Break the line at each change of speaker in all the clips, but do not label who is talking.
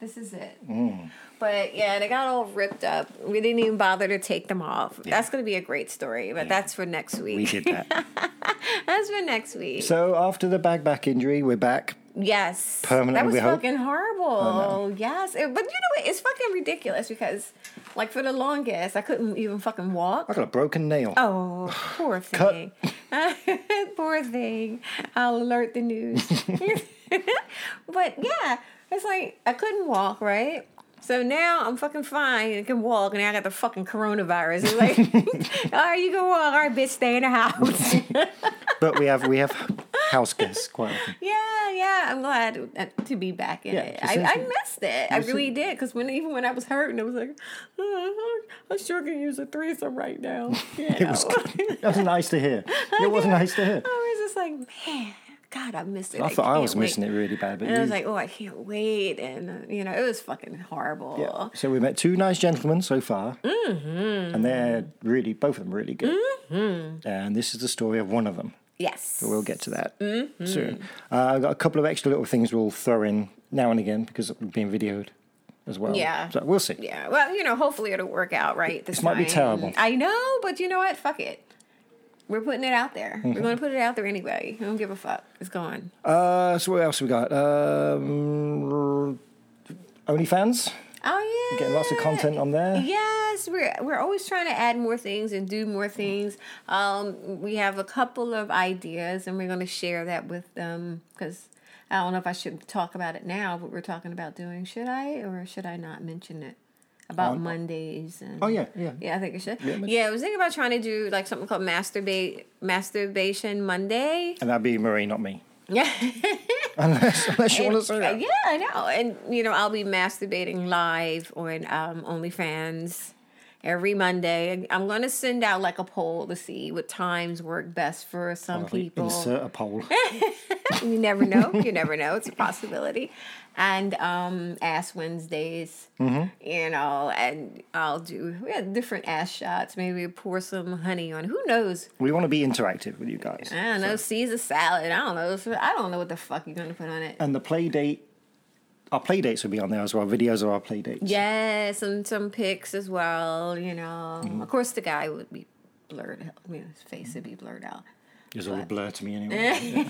This is it.
Mm.
But yeah, they got all ripped up. We didn't even bother to take them off. That's going to be a great story, but that's for next week.
We did that.
that's for next week.
so after the bag back injury, we're back.
Yes.
Permanent,
That was
we hope.
fucking horrible. Yes. It- but you know what? It's fucking ridiculous because, like, for the longest, I couldn't even fucking walk.
I got a broken nail.
Oh, poor thing. poor thing. I'll alert the news. but yeah, it's like I couldn't walk, right? So now I'm fucking fine and can walk, and now I got the fucking coronavirus. It's like, all right, you can walk. All right, bitch, stay in the house.
But we have we have house guests quite often.
yeah, yeah. I'm glad uh, to be back in
Yeah,
it.
just
I,
since
I
we-
missed it. I
just
really did. Because when even when I was hurting, I was like, "Oh, I sure can use a threesome right now.
It was,
You know?
that was nice to hear. It was nice to hear.
I was just like, man, God, I missed it.
I thought I
can't
was
wait."
missing it really bad, but
And I
you-
was like, oh, I can't wait. And, uh, you know, it was fucking horrible.
yeah. So we met two nice gentlemen so far, mm-hmm. and they're really both of them really good. Mm-hmm. And this is the story of one of them.
Yes.
We'll get to that
Mm-hmm.
soon. Uh, I've got a couple of extra little things we'll throw in now and again because we're being videoed as well.
Yeah.
So we'll see.
Yeah. Well, you know, hopefully it'll work out right this
This might be
time.
terrible.
I know, but you know what? Fuck it. We're putting it out there.
Mm-hmm.
We're going to put it out there anyway. I don't give a fuck. It's gone.
Uh, so what else we got? Um, OnlyFans.
Oh, yeah.
Getting lots of content on there.
Yes, we're we're always trying to add more things and do more things. Um, we have a couple of ideas, and we're going to share that with them because I don't know if I should talk about it now. What we're talking about doing, should I or should I not mention it about
Um,
Mondays? And,
Oh yeah, yeah.
yeah, I think I should.
Yeah,
Yeah,
men-
I was thinking about trying to do like something called masturbate masturbation Monday.
And that'd be Marie, not me.
Yeah.
Unless, unless you want to say
Uh,
that.
Yeah, I know. And you know, I'll be masturbating live on um, OnlyFans every Monday. I'm going to send out like a poll to see what times work best for some people.
Insert a poll.
you never know. You never know. It's a possibility. And um, Ass Wednesdays, you know, and I'll do yeah, different ass shots. Maybe pour some honey on. Who knows?
we want to be interactive with you guys.
I don't know. Caesar salad. I don't know. I don't know what the fuck you're going to put on it.
And the play date Our play dates will be on there as well. Videos of our play dates.
Yes, and some pics as well. You know,
Mm-hmm.
of course, the guy would be blurred. out. I mean, his face would be
Mm-hmm.
blurred out.
It was all a blur to me anyway. Yeah.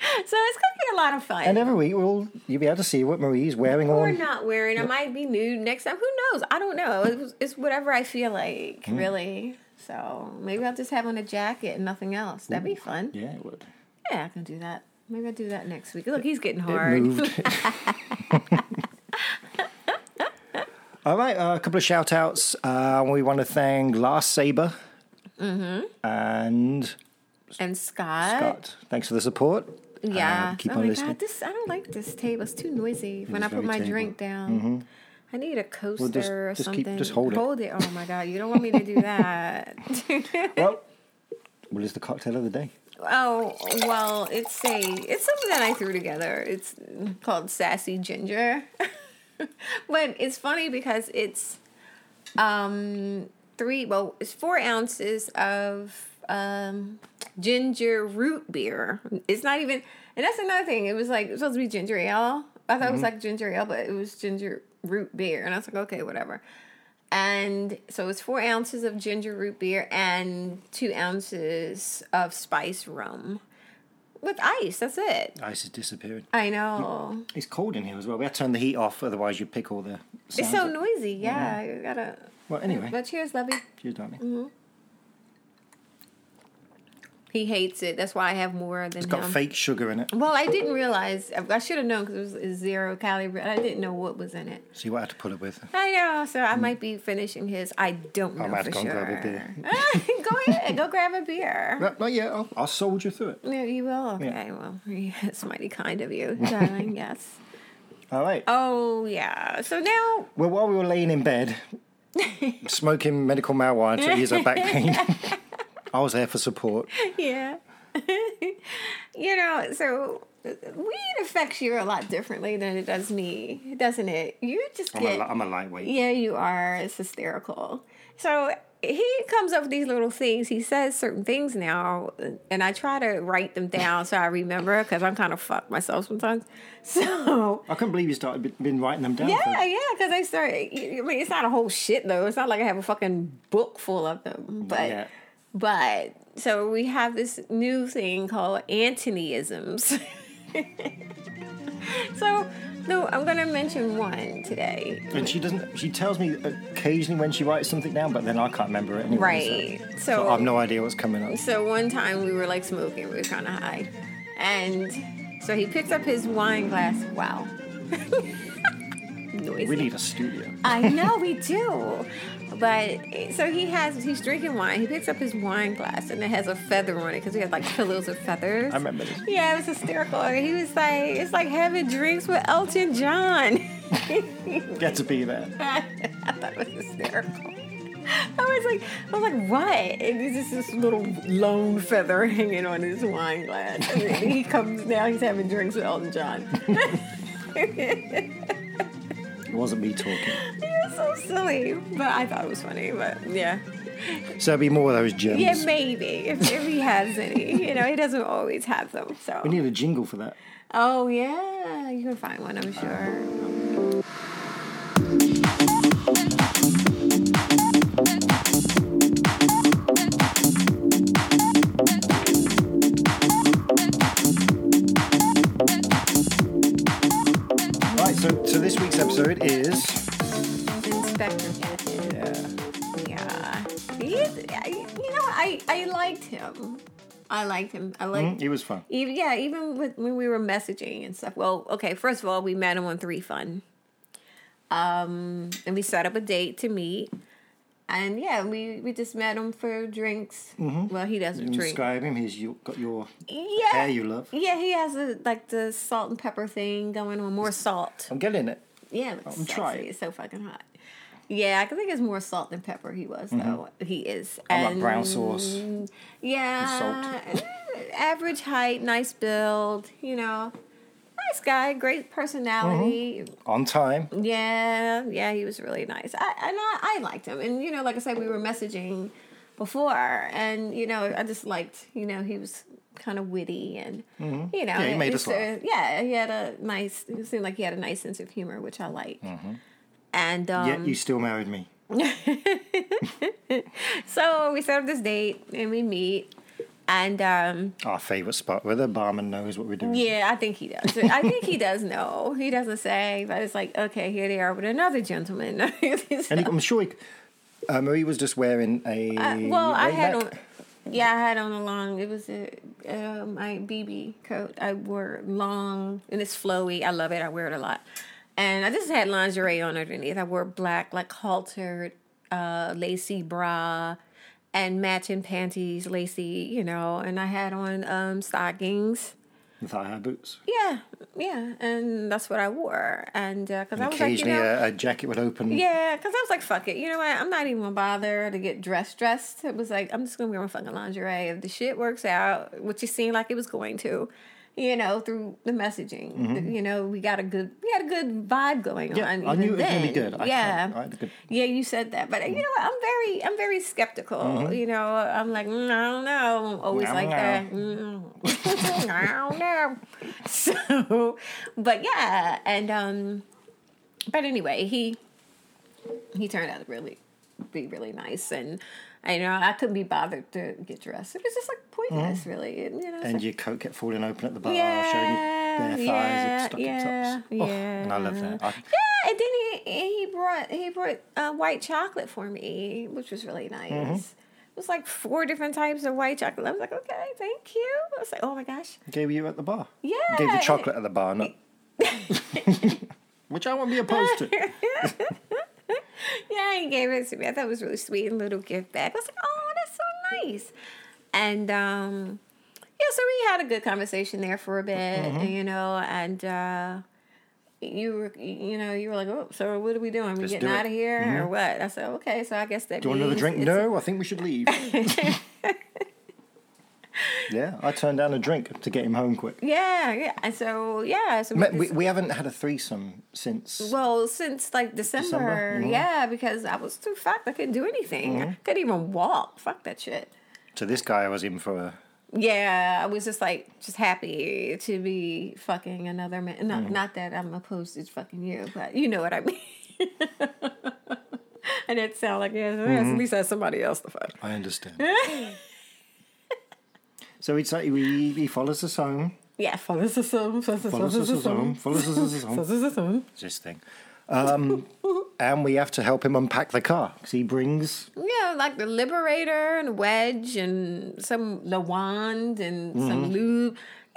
So it's gonna be a lot of fun.
and every week we'll you'll be able to see what Marie's wearing
or
on.
not wearing. I might be nude next time. Who knows? I don't know. It was, it's whatever I feel like,
Mm.
really. So maybe I'll just have on a jacket and nothing else. That'd be fun.
Yeah, it would.
Yeah, I can do that. Maybe I'll do that next week. Look, he's getting
It
hard.
moved. All right, uh, a couple of shout outs. Uh, we want to thank Lars Saber and
And Scott.
Scott. Thanks for the support.
Yeah.
Uh, keep
oh
on
my
listening.
god, this I don't like this table. It's too noisy. when
is
I put
very
my
table.
drink down. I need a coaster or
Mm-hmm. just
something.
keep- just hold it.
Hold it. Oh my god, you don't want me to do that.
Well, what is the cocktail of the day?
Oh well, it's a it's something that I threw together. It's called sassy ginger, but it's funny because it's um three well it's four ounces of um ginger root beer. It's not even and that's another thing. It was like it was supposed to be ginger ale. I thought it was like ginger ale, but it was ginger root beer, and I was like, okay, whatever. And so it's four ounces of ginger root beer and two ounces of spice rum with ice. That's it.
Ice is disappearing.
I know.
It's cold in here as well. We had to turn the heat off, otherwise you'd pick all the.
It's
sounds
so
up.
noisy. Yeah, you gotta.
Well, anyway,
But mm, cheers, Lovey.
cheers, darling.
He hates it. That's why I have more than
It's got
him.
fake sugar in it.
well, I didn't realize. I- I should have known because it was zero calorie, but I didn't know what was in it.
See what I had to pull it with.
I know. So
Mm.
I might be finishing his. I don't know
I
for
might have to go
sure.
and Oh, grab a beer.
go ahead. Go grab a beer.
No, not yet. I'll, I'll soldier through it.
No, you will. Okay.
Yeah.
Well, it's mighty kind of you, darling. Yes.
All right.
Oh yeah. So now
Well, while we were laying in bed, smoking medical marijuana to ease her back pain, I was there for support.
yeah. you know, so weed affects you a lot differently than it does me, doesn't it? You just
I'm, a
get
li- I'm a lightweight.
Yeah, you are. It's hysterical. So he comes up with these little things. He says certain things now, and I try to write them down so I remember because I'm kind of fucked myself sometimes. So
I couldn't believe you started b- been writing them down.
Yeah,
for-
yeah, because I start. I mean, it's not a whole shit though. It's not like I have a fucking book full of them. But,
Yeah.
but so we have this new thing called Antonyisms. so, no, I'm gonna mention one today.
and she doesn't. She tells me occasionally when she writes something down, but then I can't remember it. Anyway,
Right.
So,
So,
I've no idea what's coming up.
So one time we were like smoking, we were kind of high, and so he picked up his wine glass. Wow. Noisy.
We need a studio.
I know we do. But so he has he's drinking wine. He picks up his wine glass and it has a feather on it because we had like pillows of feathers.
I remember this.
Yeah, it was hysterical. He was like, it's like having drinks with Elton John.
Get to be there.
I thought it was hysterical. I was like, I was like, what? And it's just this little lone feather hanging on his wine glass. And then he comes now. He's having drinks with Elton John.
It wasn't me talking.
It's so silly, but I thought it was funny. But yeah.
So there'll be more of those gems.
Yeah, maybe if, if he has any. You know, he doesn't always have them. So.
we need a jingle for that.
oh yeah, you can find one, I'm sure.
Right. So, so this week's episode is.
Inspector Gadget.
Yeah.
Yeah. He's, I, you know, I I liked him. I liked him. I liked.
It mm, was fun.
Even, yeah, even with, when we were messaging and stuff. Well, okay, first of all, we met him on Three Fun, um, and we set up a date to meet. And yeah, we, we just met him for drinks. Well, he doesn't drink.
Describe him. He's you got your
Yeah.
hair you love.
Yeah, he has a, like the salt and pepper thing going on. More salt.
I'm getting it.
Yeah, it's
I'm
sexy.
trying.
It's so fucking hot. Yeah, I can think it's more salt than pepper. He was though. He is.
Mm-hmm. I like
Um,
brown sauce.
And, Yeah. eh, Average height, nice build. You know, nice guy, great personality.
on time.
Yeah, yeah, he was really nice. I and I, I liked him, and you know, like I said, we were messaging before, and you know, I just liked, you know, he was kind of witty and you know,
Mm-hmm. Yeah, he
it-
made
it's,
us laugh.
uh, yeah, he had a nice. It seemed like he had a nice sense of humor, which I like. And um,
Yet Mm-hmm. you still married me.
so we set up this date and we meet, and um,
Our favourite spot where the barman knows what we're doing.
yeah, I think he does. I think he does know. He doesn't say, but it's like, okay, here they are with another gentleman.
And he, I'm sure he, uh, Marie was just wearing a.
Uh, well, I had
layback.
on. Yeah, I had on a long. It was a, uh, my BB coat. I wore long and it's flowy. I love it. I wear it a lot. And I just had lingerie on underneath. I wore black, like haltered, uh, lacy bra and matching panties, lacy, you know. And I had on um, stockings.
with high high boots.
Yeah, yeah. And that's what I wore. And because I was like, you
Occasionally,
know,
a, a jacket would open.
yeah, because I was like, fuck it. You know what? I'm not even gonna bother to get dressed dressed. It was like, I'm just gonna wear my fucking lingerie. If the shit works out, which it seemed like it was going to, you know, through the messaging. You know, we got a good we had a good vibe going
Mm-hmm. Yeah,
on.
I
even
knew it was gonna be
then.
good. I
yeah.
can't- I had a good-
Yeah, you said that. But you know what? I'm very I'm very skeptical. You know, I'm like, mm, I don't know. I'm always
I
like
don't
that. Mm. I don't know. So but yeah, and um but anyway, he he turned out to really be really nice and I know I couldn't be bothered to get dressed. It was just like pointless, really. And, you know,
And your coat kept falling open at the bar, showing
yeah,
your bare Uh, thighs
yeah,
and stuck
yeah,
tops.
yeah.
Oh, and I love that. I,
Yeah, and then he he brought he brought uh, white chocolate for me, which was really nice.
Mm-hmm.
It was like four different types of white chocolate. I was like, okay, thank you. I was like, oh my gosh,
gave you at the bar.
yeah.
Gave you
it-
chocolate at the bar, not. Which I won't be opposed to.
Yeah, he gave it to me. I thought it was really sweet and little gift bag. I was like, oh, that's so nice. And um, yeah, so we had a good conversation there for a bit,
Mm-hmm.
you know, and uh, you were, you know, you were like, oh, so what are we doing? we
Let's
getting
do it. Mm-hmm.
out of here or what? I said, okay, so I guess that
Do you want another
means
drink?
it's-
No, I think we should leave. yeah, I turned down a drink to get him home quick.
Yeah, yeah. And so, yeah. So
Ma- We, we haven't had a threesome since.
Well, since like December,
December, Mm-hmm. mhm.
yeah, because I was too fucked. I couldn't do anything. I couldn't even walk. Fuck that shit.
So this guy I was in for a.
Yeah, I was just like just happy to be fucking another man. Not not that I'm opposed to fucking you, but you know what I mean. and it sound like yes, yes, at least that's somebody else to fuck.
I understand. so it's like we, he follows us home.
Yeah, follows us home.
Follows us home. Follows us home. It's this thing. Um, and we have to help him unpack the car because he brings.
Yeah, like the Liberator and Wedge and some the wand and some lube. You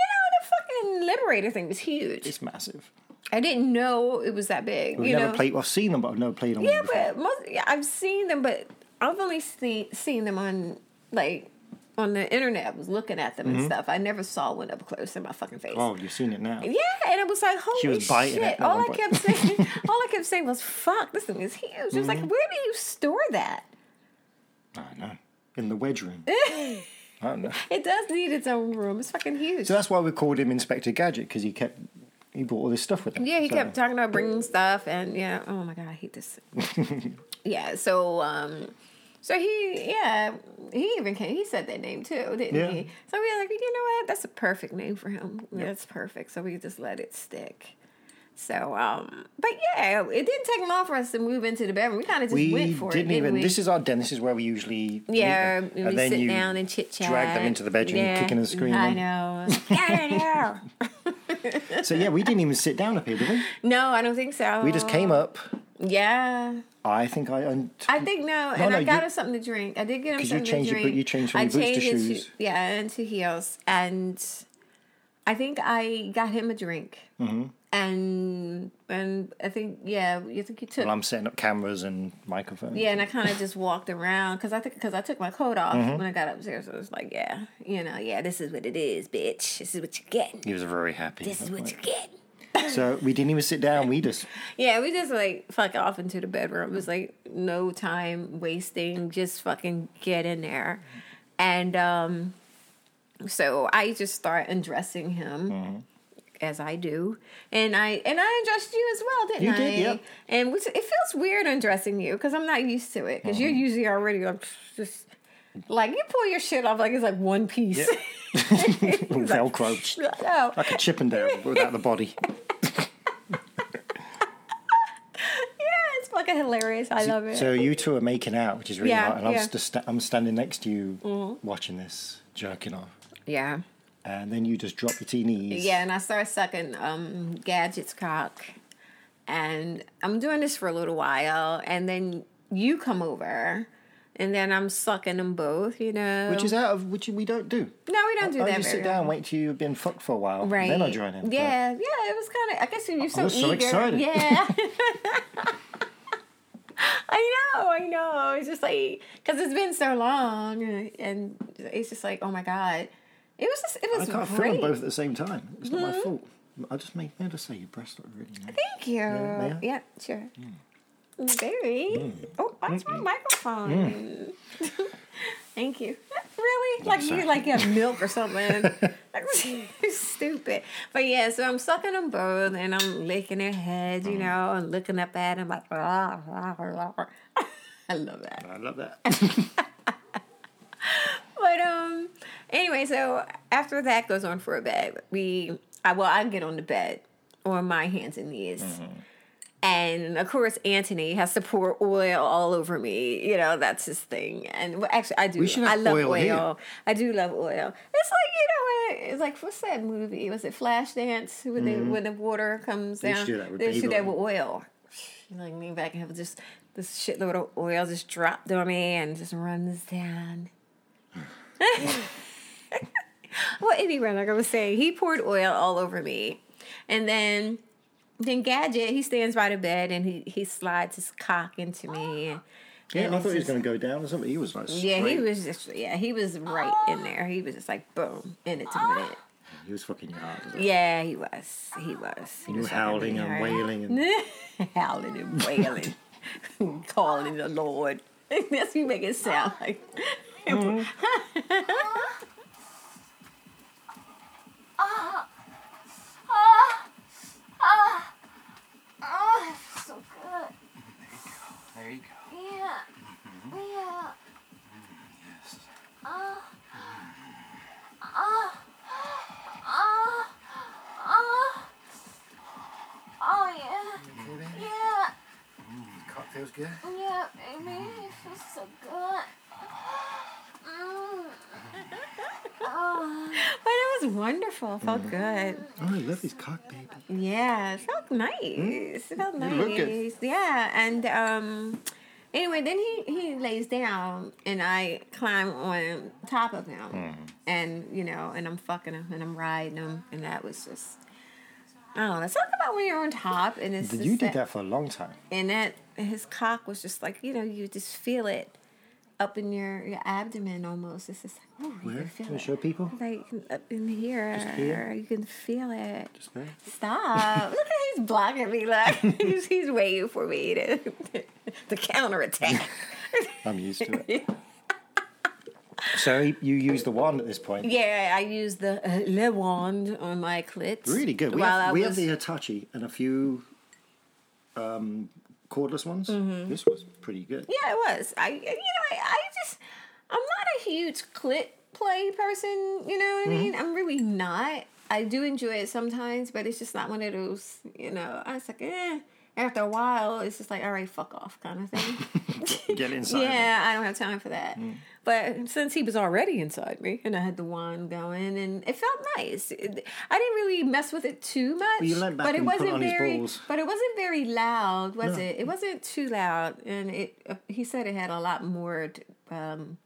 know, the fucking Liberator thing was huge.
It's massive.
I didn't know it was that big.
We've
you
never
know?
played. I've seen them, but I've never played on
Yeah,
one. before.
but most, yeah, I've seen them, but I've only seen seen them on like on the internet. I was looking at them and stuff. I never saw one up close in my fucking face.
Mm-hmm. Oh, you've seen it now.
Yeah, and it was like holy
was biting
shit!
it at
all
one
I
point.
kept saying, all I kept saying was "fuck." This thing is huge. It was like,
Mm-hmm.
where do you store that?
I know. In the wedge room. I don't know.
It does need its own room. It's fucking huge.
So that's why we called him Inspector Gadget because he kept he brought all this stuff with him.
Yeah, he
So-
kept talking about bringing stuff, and yeah, oh my god, I hate this. yeah, so um, so he yeah he even came, he said that name too, didn't
Yeah.
he? So we were like, you know what, that's a perfect name for him. That's perfect. So we just let it stick. So um, but yeah, it didn't take long for us to move into the bedroom. We kind of just
We
went for
didn't
it, didn't
even.
we?
This is our den. This is where we usually. meet
yeah,
them.
and we sit down and chit chat.
drag them into the bedroom, kicking and screaming.
I know. I don't
So yeah, we didn't even sit down up here, did we?
know. No, I don't think so.
We just came up.
Yeah.
I think I. un-
I think no, and
no,
I got
you-
him something to drink. I did get him
'Cause you
something to
changed your boot-
drink.
you changed from your
I
boots to
changed it
shoes.
yeah, and to heels, and I think I got him a drink. Mm-hmm. And and I think yeah, you think you took
Well, I'm setting up cameras and microphones.
yeah, and I kind of just walked around because I think because I took my coat off
Mm-hmm.
when I got upstairs. I was like, yeah, you know, yeah, this is what it is, bitch. This is what you get.
He was very happy.
This is what you get.
So we didn't even sit down. We just
Yeah, we just like fuck off into the bedroom. It was like no time wasting, just fucking get in there. And um so I just start undressing him.
Mm-hmm.
As I do, and I and I undressed you as well, didn't
You
I?
did, yep. Mm-hmm.
And which, it feels weird undressing you because I'm not used to it because you're usually already like just Like you pull your shit off like it's like one piece.
Velcro.
Shut up.
Like a Chippendale but without the body.
Yeah, it's fucking hilarious. I love it.
So you two are making out, which is really
Yeah,
hot, and I'm,
yeah. Mm-hmm.
just sta- I'm standing next to you watching this, jerking off.
yeah.
And then you just drop your tea knees.
Yeah, and I started sucking um Gadget's cock. And I'm doing this for a little while and then you come over and then I'm sucking them both, you know.
Which is out of which we don't do.
No, we don't do
I
that
just
very
sit down,
often.
wait till you've been fucked for a while,
Right.
then I join in. but-
Yeah, yeah. It was kind of. I guess you're so
was so
eager.
excited.
Yeah. I know. I know. It's just like because it's been so long, and- and it's just like, oh my god, it was. Just, it
I
was
can't film
great. Mm-hmm.
both at the same time. It's not my fault. I just made never say your breasts look really nice.
Thank you.
may I?
Yeah, sure. Very. Oh, that's my microphone. Thank you. really? Like
sorry.
you like have milk or something. Stupid. But yeah, so I'm sucking them both and I'm licking their heads, you know, and looking up at them like rah, rah, rah. I love that.
I love that.
But um, anyway, so after that goes on for a bit, we I well I get on the bed on my hands and knees,
Mm-hmm.
and of course Anthony has to pour oil all over me. You know that's his thing, and well, actually I do.
We should have
I love
oil
oil.
here.
I do love oil. It's like you know what? It's like what's that movie? Was it Flashdance? When the when the water comes
Mm-hmm. They
down,
should do that with
they
baby
should do that
oil.
with oil. You know, lean back and have just this shitload of oil just dropped on me and just runs down. Well, anyway, like I was saying, he poured oil all over me, and then then Gadget he stands by the bed and he he slides his cock into me. And,
Yeah,
and
I
it's
thought he was
just-
going to go down or something. He was like,
Yeah, he
straight.
was just yeah, he was right in there. He was just like boom, in it to minute.
He was fucking hard. wasn't he?
Yeah, he was. He was. He
You were
was fucking
howling and
hard.
wailing and
howling and wailing, calling the Lord. That's you make it sound like.
Ah, ah, ah, it's so good.
There you go.
Yeah, yeah.
Mm-hmm. Yes.
Ah, ah, ah, ah. Oh yeah,
You feel that?
yeah,
Cock feels good.
yeah, baby, it feels so good. Mm. Oh,
But it was wonderful. It felt good.
Oh, I love his cock, baby.
Yeah, it felt nice. It felt nice.
Mm. look good.
Yeah, and um, anyway, then he he lays down and I climb on top of him,
Mm.
and you know, and I'm fucking him and I'm riding him, and that was just. I don't know. Talk about when you're on top and it's
Did
just
you did that for a long time?
and that his cock was just like you know you just feel it up in your, your abdomen almost. It's just like ooh, you
Where?
can
Can
feel
you
it.
show people?
Like up in here,
here?
you can feel it.
Just there.
Stop! Look at he's blocking me. Like he's, he's waiting for me to to counterattack.
I'm used to it. so he- you use the wand at this point.
yeah, I used the uh, le wand on my clit.
Really good. We,
while I
have, we have
was-
the Hitachi and a few um, cordless ones.
Mm-hmm.
This was pretty good.
Yeah, it was. I you know I, I just I'm not a huge clit play person. You know what I
Mm-hmm.
mean? I'm really not. I do enjoy it sometimes, but it's just not one of those. You know, I was like, eh. After a while, it's just like, all right, fuck off, kind of thing.
Get inside. Mm.
Yeah, I don't have time for that. But since he was already inside me, and I had the wand going, and it felt nice. It- I didn't really mess with it too much,
you leant back
but it
and put
wasn't
on his
very.
balls.
But it wasn't very loud, was
No.
it? It wasn't too loud, and it. Uh, he said it had a lot more. t- Um,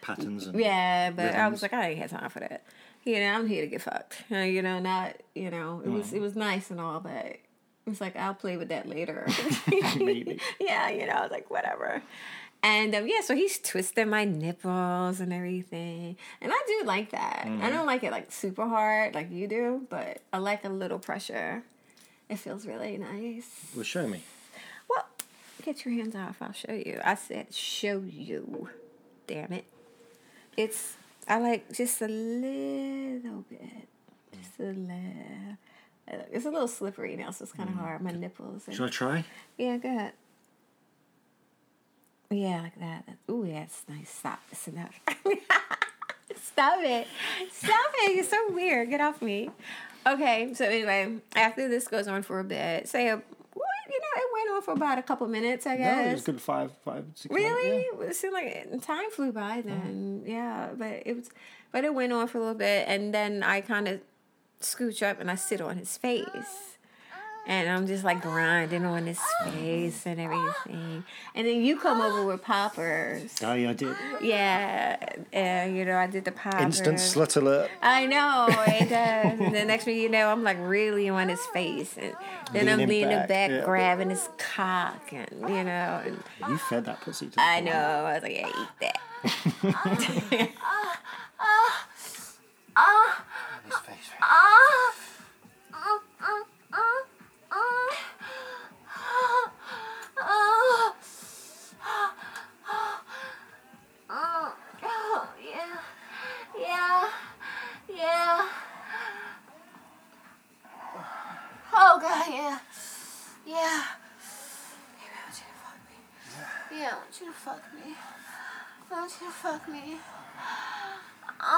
Patterns and
yeah, but I was
Rhythms.
like, I ain't had time for that. You know, I'm here to get fucked. Uh, You know, not. You know, it was it was nice and all, but it was like I'll play with that later.
maybe.
yeah, you know, I was like, whatever. And um, yeah, so he's twisting my nipples and everything. And I do like that. I don't like it like super hard like you do, but I like a little pressure. It feels really nice.
Well, show me.
Well, get your hands off. I'll show you. I said, show you. Damn it. It's, I like just a little bit. Just a little. It's a little slippery now, so it's kind of hard. My nipples. and-
Shall I try?
yeah, go ahead. Yeah, like that. Ooh, yeah, it's nice. Stop. It's enough. Stop it. Stop it. You're so weird. Get off me. Okay, so anyway, after this goes on for a bit, say, a, well, you know, it went on for about a couple minutes, I guess.
No, it was good five, five, six. minutes,
Really?
yeah.
It seemed like it- time flew by then. Yeah, but it was, but it went on for a little bit, and then I kind of scooch up and I sit on his face, and I'm just like grinding on his face and everything. And then you come over with poppers.
Oh yeah, I did.
Yeah, and uh, you know I did the poppers.
Instant slut alert.
I know it does. and the next thing you know, I'm like really on his face, and then I'm
Leaning
leaning back,
back, yeah.
grabbing his cock, and you know. And,
You fed that pussy. To the
I
dog.
know. I was like, yeah, eat that.
Uh,
In his face. Right?
Oh god, yeah. Yeah. Baby, I want you to fuck me. Yeah, I want you to fuck me. I want you to fuck me. Ah.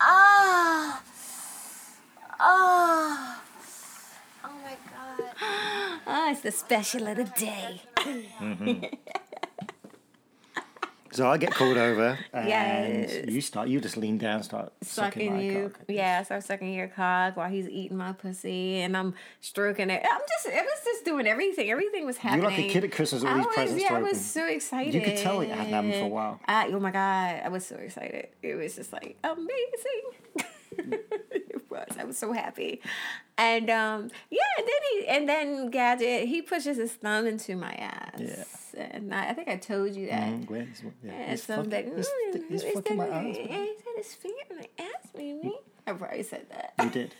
Ah. Ah. Oh my god.
Oh, it's the special of the day.
So I get called over, and
Yes.
you start. You just lean down, start sucking,
Sucking
my
you.
cock.
Yeah, so I'm sucking your cock while he's eating my pussy and I'm stroking it. I'm just, I was just doing everything. Everything was
You're
happening.
like a kid at Christmas, all
I
these
was,
presents
yeah,
to
I
open.
was so excited.
You could tell it hadn't happened for a while.
I, oh my God, I was so excited. It was just like amazing. it was. I was so happy. And um, yeah, and then he, and then Gadget, he pushes his thumb into my ass.
Yeah.
And I, I think I told you that.
Mm, where is- yeah,
And
he's
so I'm like,
fucking- he's-
mm,
he's fucking my ass.
Yeah,
man.
he said his finger in my ass, baby. I probably said
You
that.
did.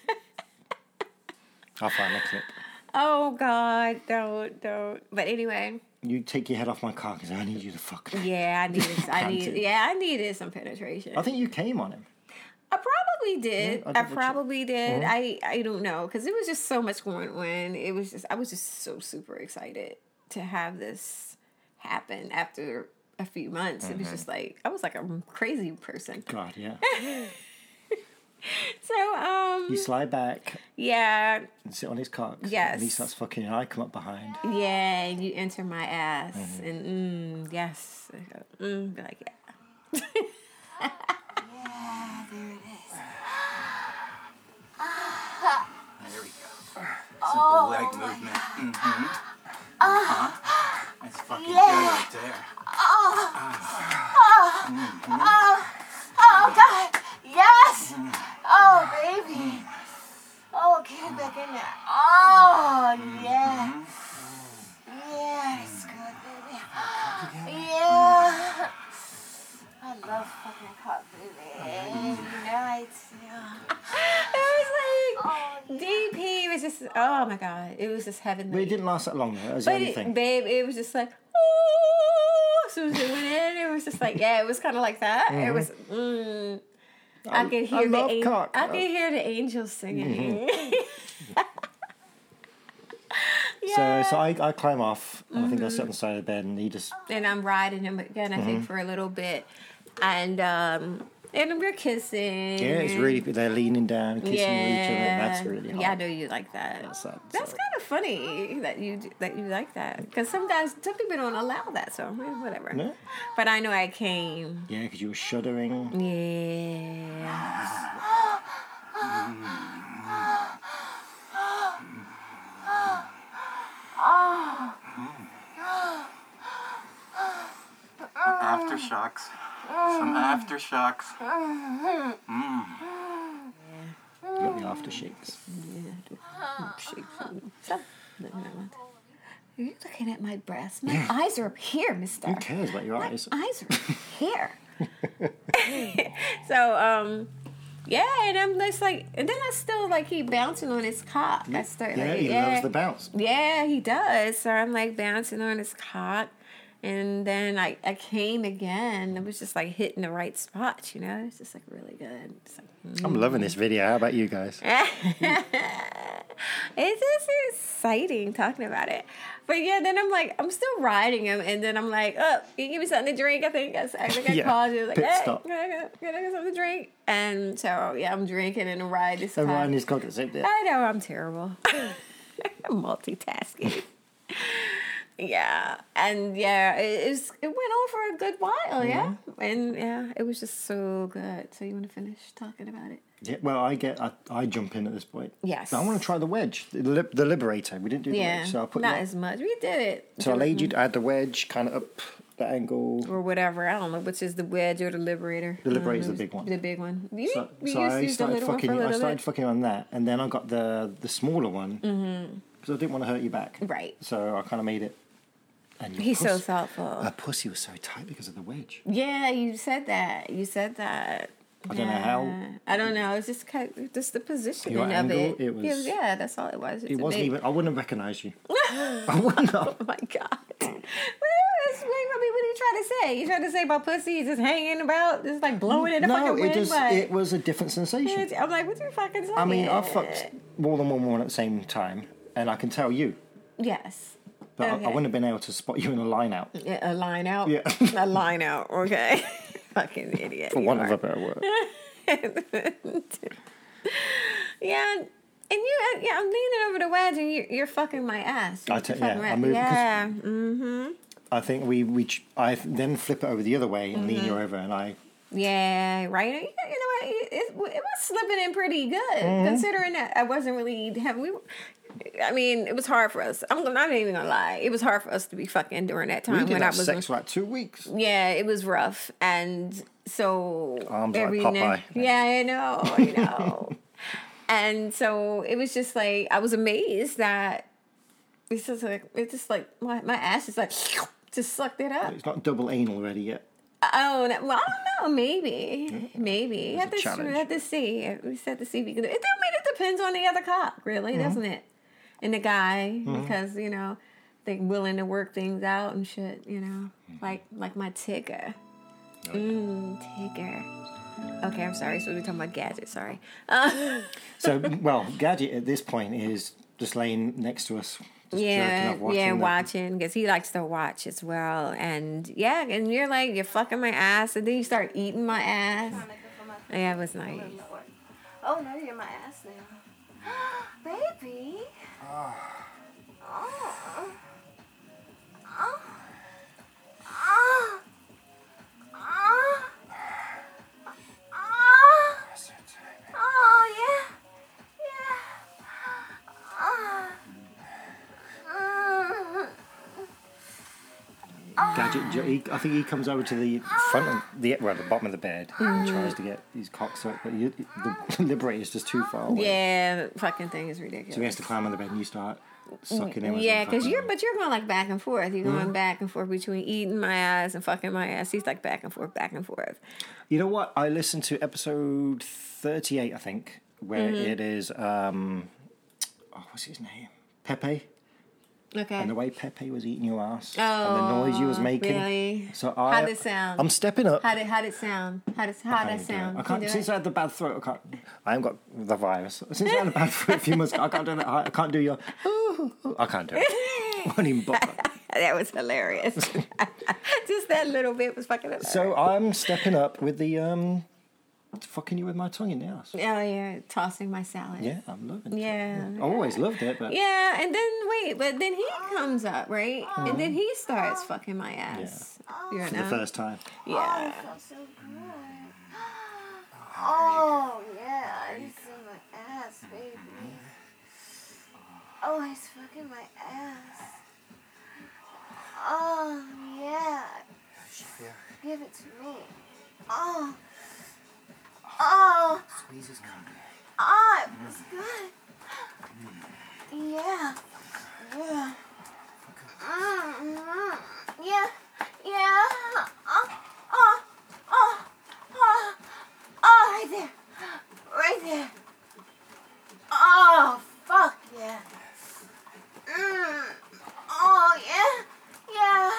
I'll find the clip.
Oh God, don't, don't. But anyway,
You take your head off my car because I need you to fuck. me.
yeah, I needed, I needed,
Panted.
yeah, I needed some penetration.
I think you came on him.
I probably did.
Yeah, I
I,
double check.
probably did.
Uh-huh.
I, I don't know because it was just so much going on. It was just I was just so super excited to have this happen after a few months. It was
Mm-hmm.
just like I was like a crazy person.
God, yeah.
So um
You slide back
yeah
and sit on his cock.
Yes.
And he starts fucking, and I come up behind.
yeah and you enter my ass
Mm-hmm.
and mm, yes mm, be like yeah
There we go.
Oh,
Simple leg movement. Mm-hmm. Uh-huh. That's fucking good right there.
Oh god. Yes. Oh baby. Oh, get it back in there. Oh yeah. Yeah, it's good, baby. Yeah. I love fucking cock, baby. You know I do.
it was
Oh,
like DP was just oh my god it was just
But
heavenly
it didn't last that long, though. That was the
but
only
it,
thing.
babe it was just like oh so it was doing it it was just like yeah it was kind of like that it was mm, I, could hear
Mm-hmm. I
the
love
an-
cock. Mm-hmm.
I could hear the angels singing
So, so I, I climb off, and I think I sit on
Mm-hmm.
the side of the bed, and he just
and I'm riding him again. I
Mm-hmm.
think for a little bit, and um, and we're kissing.
Yeah, it's really. They're leaning down, kissing each other. and That's really hard.
Mm-hmm. Yeah, I know you like that.
That's
That's,
sad, so-
kind of funny that you do- that you like that because some guys, some people don't allow that. So eh, whatever.
No?
But I know I came.
Yeah, because you were shuddering.
Yeah.
Aftershocks. Some
Mm.
aftershocks.
You got
Mm.
the aftershakes.
Shake, shake. So, look what I want. Are you looking at my breasts? My eyes are up here, Mister.
Who cares about your
My
eyes?
eyes are here. so, um, yeah, and I'm just like, and then I still like he bouncing on his cock. I start
yeah,
like,
he
yeah,
loves the bounce.
yeah, he does. So I'm like bouncing on his cock, and then I I came again. It was just like hitting the right spot, you know. It's just like really good. It's like,
I'm loving this video. How about you guys?
it's just exciting talking about it. But yeah, then I'm like, I'm still riding him, and then I'm like, oh, can you give me something to drink? I think I, I, think I
Yeah,
called you. Like,
pit
hey,
stop.
can I, get, can I get something to drink? And so yeah, I'm drinking and I ride this
And
time.
Ryan is got it. so-
I know I'm terrible. Multitasking. yeah, and yeah, it, it, was, it went on for a good while. Yeah,
Mm-hmm.
and yeah, it was just so good. So you want to finish talking about it?
Yeah, well, I get I, I jump in at this point.
Yes.
But I want to try the wedge, the, lib- the liberator. We didn't do the
Yeah,
wedge, so I put
not
you-
as much. We did it.
so I laid you. I had the wedge kind of up the angle.
or whatever. I don't know which is the wedge or the liberator.
The
I don't
liberator's
know
the big
who's-
one.
The big one. You,
So,
you used
so
to
I
use the
started
little one for
fucking.
a
I
little
started
bit.
fucking on that, and then I got the the smaller one because I didn't want to hurt you back.
Mm-hmm. Right.
So I kind of made it. And your
He's so
puss-
thoughtful.
Her pussy was so tight because of the wedge.
Yeah, you said that. You said that.
I don't know
Yeah.
how-
I don't know. It's just kind of, just the positioning
Your
of
angle,
it.
it
yeah,
was-
yeah, that's all it was. It's
It
a
wasn't
big-
even. I wouldn't recognize you. I would not.
Oh my god. What is- wait, I mean, what are you trying to say? You trying to say my pussy is just hanging about, just like blowing in the
no,
fucking
it
wind?
just
Like,
it was a different sensation.
bitch, I'm like, what you fucking saying?
I mean, I fucked more than one woman at the same time, and I can tell you,
Yes.
but I, I
Okay.
wouldn't have been able to spot you in a line out,
Yeah, A line out.
Yeah.
a line out. Okay. fucking idiot.
for
you
want of
are.
a better word.
Yeah. And you, uh, yeah, I'm leaning over the wedge, and you, you're fucking my ass.
I
You're
ta-
fucking
yeah,
my-
I move- 'cause-
yeah. mm,
I think we we ch- I then flip it over the other way and lean you
Mm-hmm.
over, and I
Yeah, right. You know, you know what? It, it was slipping in pretty good,
Mm-hmm.
considering that I wasn't really having. We, I mean, it was hard for us. I'm not even gonna lie. It was hard for us to be fucking during that
we
time
did
when I
have
was.
sex for like two weeks.
yeah, it was rough, and so
Arms like
now-
Popeye.
yeah, I know, I know. and so it was just like I was amazed that it's just like it's just like my my ass is like just sucked it up.
It's not double anal ready yet.
Oh, no, well, I don't know. Maybe, maybe. We have,
a
to, we
challenge.
have to see. We just have to see because it. I mean, it depends on the other cop, really,
Mm-hmm.
doesn't it? And the guy, because you know, they willing to work things out and shit. You know,
Mm-hmm.
like like my ticker.
Oh,
Mm, ticker. Okay, I'm sorry. So we're talking about gadgets. Sorry. Uh,
So well, gadget at this point is just laying next to us. Just
yeah,
jerking off, watching
yeah,
the-
watching because he likes to watch as well. And yeah, and you're like you're fucking my ass, and then you start eating my ass.
Mm-hmm.
I'm looking for my
Yeah, it was nice.
phone network. Oh no, you're my ass now. Baby. Oh. Oh. Oh. Oh. Oh. Oh, yeah. Yeah. Oh.
Gadget, ju- he, I think he comes over to the front, of the well, the bottom of the bed, and
Mm.
tries to get his cocks up, but you, the liberator's just too far away.
Yeah, the fucking thing is
So he
ridiculous.
has to climb on the bed, and you start sucking him. as
Mm, Yeah,
I'm
because
fucking Mm-hmm.
you're
him.
but you're going like back and forth. You're going back and forth between eating my ass and fucking my ass. He's like back and forth, back and forth.
You know what? I listened to episode 38, I think, where
Mm-hmm.
it is, um, oh, what's his name? Pepe.
Okay.
And the way Pepe was eating your ass and the noise you was
Oh,
making.
really?
So I,
How'd it sound?
I'm stepping up.
How did how did it sound? How does how
I
did that
ain't doing it.
sound?
I
Can
can't.
you do
Since
it?
I had the bad throat, I can't. I haven't got the virus. Since I had a bad throat a few months ago, I can't do that. I, I can't do your. I can't do it. I won't even bother.
that was hilarious. Just that little bit was fucking hilarious.
So I'm stepping up with the um, fucking you with my tongue in the ass.
oh yeah, tossing my salad.
Yeah, I'm loving it.
Yeah.
I always loved it, but
Yeah, and then wait, but then he comes up, right? And then he starts fucking my ass. Yeah. You
Mm-hmm. for the
know?
first time.
Yeah.
Oh, It felt so good. Oh, yeah. I used to my ass, baby. Oh, he's fucking my ass. Oh, yeah.
Yeah.
Give it to me. Oh. Oh.
Squeeze his cock.
Oh, it was good. Yeah. Yeah. Mm-hmm. Yeah. Yeah. Oh, oh, oh, oh, oh, right there. Right there. Oh, fuck yeah. Mm. Oh, yeah. Yeah.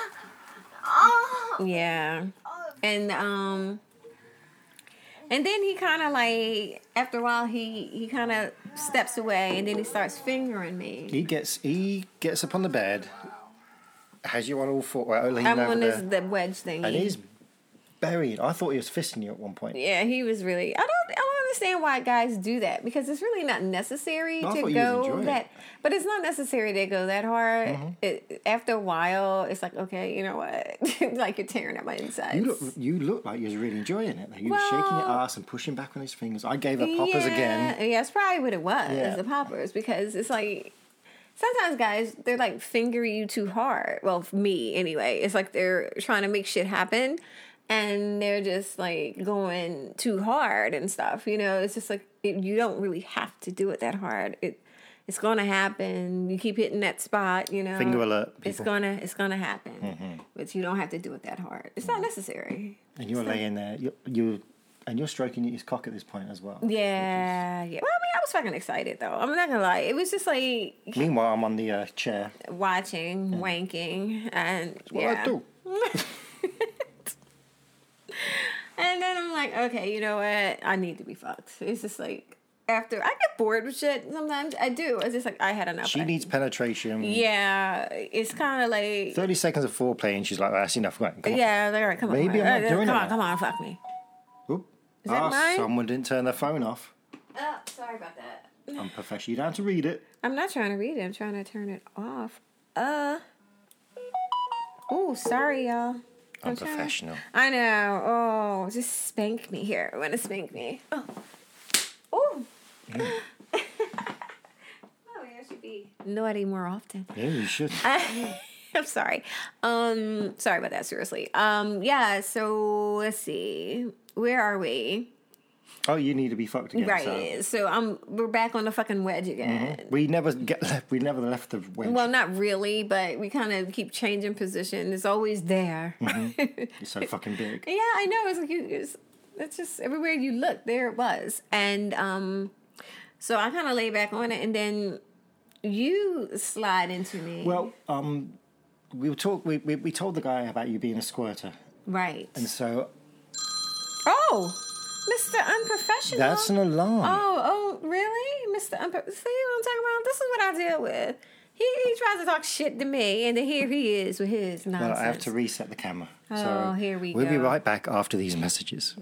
Oh.
Yeah.
oh.
And um And then he kind of like after a while he he kind of steps away and then he starts fingering me.
He gets he gets up on the bed, has you on all four, well, leaning
I'm
over
on this
there,
the wedge thingy.
and he's buried. I thought he was fisting you at one point.
Yeah, he was really. I don't. I don't understand why guys do that because it's really not necessary
No, I
to
thought you was
go
enjoying Mm-hmm.
that. But it's not necessary to go that hard. It, after a while, it's like okay, you know what? like you're tearing at my insides.
You look, you look like you was really enjoying it. though. You were shaking your
Well-
ass and pushing back on his fingers. I gave her poppers again.
Yeah, that's probably what it was.
Yeah.
The poppers because it's like. Sometimes guys, they're like fingering you too hard. Well, me anyway. It's like they're trying to make shit happen, and they're just like going too hard and stuff. You know, it's just like it, you don't really have to do it that hard. It it's gonna happen. You keep hitting that spot. You know,
Finger alert,
It's
people. Mm-hmm.
gonna it's gonna happen, but you don't have to do it that hard. It's not necessary.
And you're laying there. You, you and you're stroking his cock at this point as well.
Yeah, yeah. Well, I mean, I was fucking excited though. I'm not gonna lie. It was just like
Meanwhile, I'm on the uh, chair.
watching, wanking, and
Mm. What
yeah.
I do?
And then I'm like, okay, you know what? I need to be fucked. It's just like after I get bored with shit. Sometimes I do. It's just like I had enough.
She
I-
needs penetration.
Yeah, it's kind of like.
Thirty seconds of foreplay, and she's like, "That's enough." Right, come on.
yeah, they're like, come on,
Maybe
come
I'm
on,
not doing
come
it
on, come on, fuck me.
Oop.
that
Ah,
mine?
someone didn't turn their phone off.
Oh, sorry about that.
I'm professional. You don't have to read it.
I'm not trying to read it. I'm trying to turn it off. Uh. Oh, sorry, y'all.
I'm
trying.
professional.
I know. Oh, just spank me here. I want to spank me. Oh. Oh. oh, I should be naughty more often.
Yeah, you should.
I'm sorry. Um, sorry about that. Seriously. Um, yeah. So let's see. Where are we?
Oh, you need to be fucked again.
right. So, I'm. We're back on the fucking wedge again.
So. We never get left. We never left the wedge.
Well, not really, but we kind of keep changing position. It's always there.
it's so fucking big.
Yeah, I know. It's like you, it's, it's just everywhere you look, there it was. And um, so I kind of lay back on it, and then you slide into me.
Well, um, we were talk. We, we we told the guy about you being a squirter,
right.
and so
Oh, Mr. Unprofessional.
that's an alarm.
Oh, oh, really, Mr. Unprofessional? See what I'm talking about? This is what I deal with. He, he tries to talk shit to me, and then here he is with his nonsense.
Well, I have to reset the camera.
Oh,
so
here we
We'll be
go.
right back after these messages.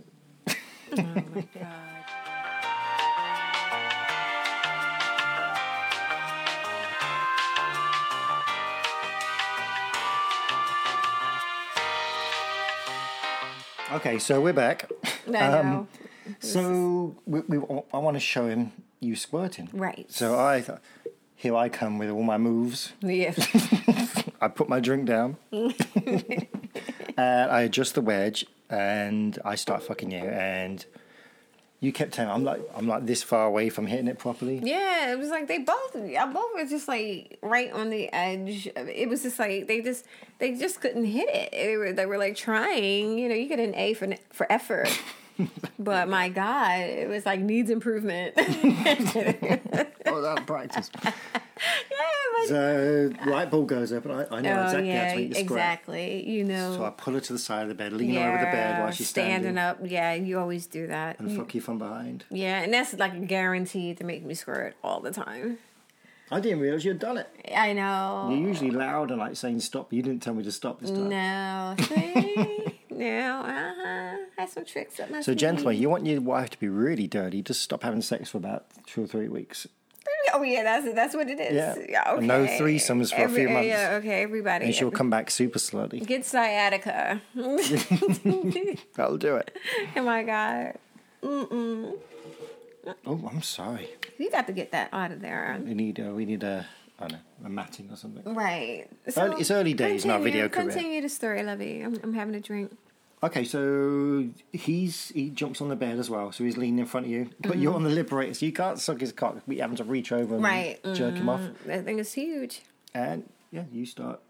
Oh Okay, so we're back. Um,
I know.
So we, we, I want to show him you squirting.
Right.
So I thought, here I come with all my moves.
yeah.
I put my drink down. and I adjust the wedge and I start fucking you. And you kept telling me, I'm like, I'm like this far away from hitting it properly.
Yeah, it was like they both, I both were just like right on the edge. of It It was just like they just, they just couldn't hit it. They were, they were like trying. You know, you get an A for for effort, but my God, it was like needs improvement.
Oh, that practice.
yeah, but,
so light bulb goes up and I, I know
oh
exactly
yeah,
how to eat the squirt.
exactly. You know,
So I pull her to the side of the bed, lean her over the bed while she's standing,
standing up. Yeah, you always do that.
and fuck you from behind.
Yeah, and that's like guaranteed to make me squirt all the time.
I didn't realize you'd done it.
I know.
You're usually loud and like saying stop. You didn't tell me to stop this time.
No, see? no, uh huh. Have some tricks up my
So,
sleeve.
gentlemen, you want your wife to be really dirty, just stop having sex for about two or three weeks.
Oh yeah, that's that's what it is.
Yeah.
Yeah, okay.
No threesomes for a few months.
Yeah, okay, everybody.
And she'll come back super slutty.
Get sciatica. oh
That'll do it.
my god,
Oh, I'm sorry.
you got to get that out of there.
We need uh, we need a I don't know a matting or something.
Right.
Early- it's early days in our video
continue-
career.
Continue the story, lovey. I'm, I'm having a drink.
Okay, so he's he jumps on the bed as well, so he's leaning in front of you, but you're on the liberator, so you can't suck his cock. We having to reach over and
Right. mm-hmm.
jerk him off,
That thing is huge.
and yeah, you start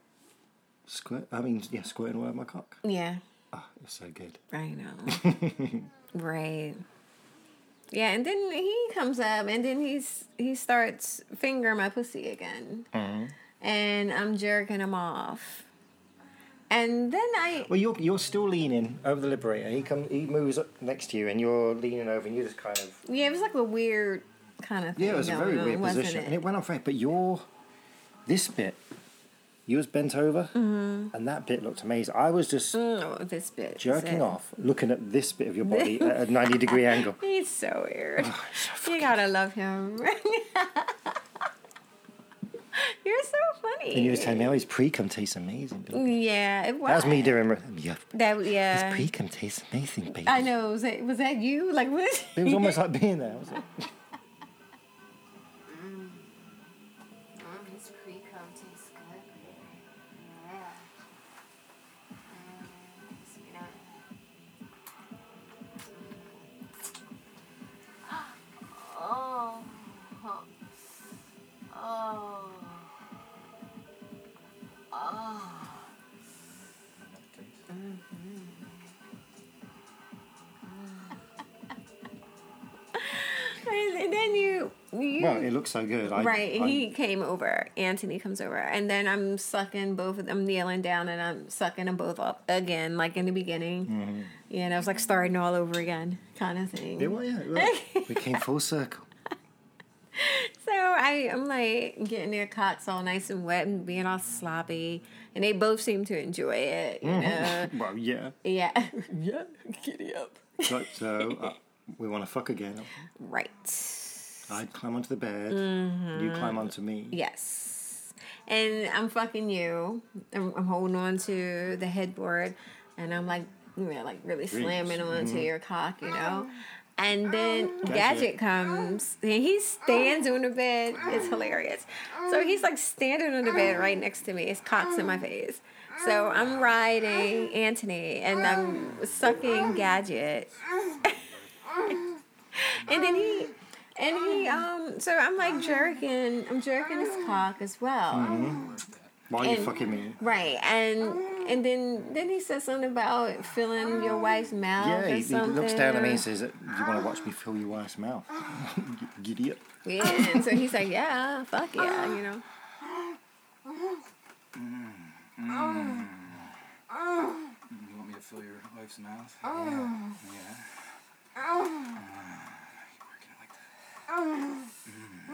squirt. I mean, yeah, squirting all over my cock.
Yeah,
Oh, it's so good.
I know. right. Yeah, and then he comes up, and then he's he starts
Mm-hmm.
fingering my pussy again, and I'm jerking him off, And then I
Well, you're you're still leaning over the liberator. He come he moves up next to you, and you're leaning over, and you just kind of
yeah, it was like a weird kind of thing.
yeah, it was a
going
very
on,
weird
wasn't
position,
it?
and it went on for But your this bit, you was bent over,
Mm-hmm.
and that bit looked amazing. I was just
Mm, oh, this bit is
jerking
it.
off, looking at this bit of your body at a ninety degree angle.
He's so weird. you gotta love him. You're so funny.
And you was telling me, oh, his pre-cum tastes amazing. Bill.
Yeah, it was.
That was me doing, yeah,
That yeah.
his pre-cum tastes amazing, baby.
Um, I know. Was that was that you? Like what?
It was almost like being there. wasn't it?
Mm, his pre-cum tastes good. Yeah. Mm, sweetheart. Oh. Oh. Oh.
And then you, you
Well, it looks so good. I,
right.
I-
he came over. Anthony comes over, and then I'm sucking both of them, kneeling down, and I'm sucking them both up again, like in the beginning.
Mm-hmm.
Yeah, and I was like starting all over again, kind of thing.
Yeah, well, yeah, well, we came full circle.
So I, I'm like getting their cocks all nice and wet and being all sloppy, and they both seem to enjoy it.
Mm-hmm.
You know?
Well, yeah,
Oh, yeah, yeah, giddy up.
so, so uh, we want to fuck again.
Right.
I climb onto the bed,
Mm-hmm.
you climb onto me.
Yes. And I'm fucking you. I'm, I'm holding on to the headboard and I'm like, you know, like really slamming onto your cock, you know? And
Oh.
then Gadget comes and he stands on the bed. It's hilarious. So he's like standing on the bed right next to me. His cock's in my face. So I'm riding Anthony and I'm sucking Gadget and then he and he um so I'm like jerking I'm jerking his cock as well.
Mm-hmm. Why are you
And-
fucking me?
Right. And and then then he says something about filling your wife's mouth.
Yeah,
or
he, he
something.
looks down at me and says, "Do you want to watch me fill your wife's mouth?" Giddy up.
Yeah, and so he's like, Yeah, fuck yeah, you know.
You want me to fill your wife's mouth?
Mm.
Yeah. Yeah. Ah, you're working it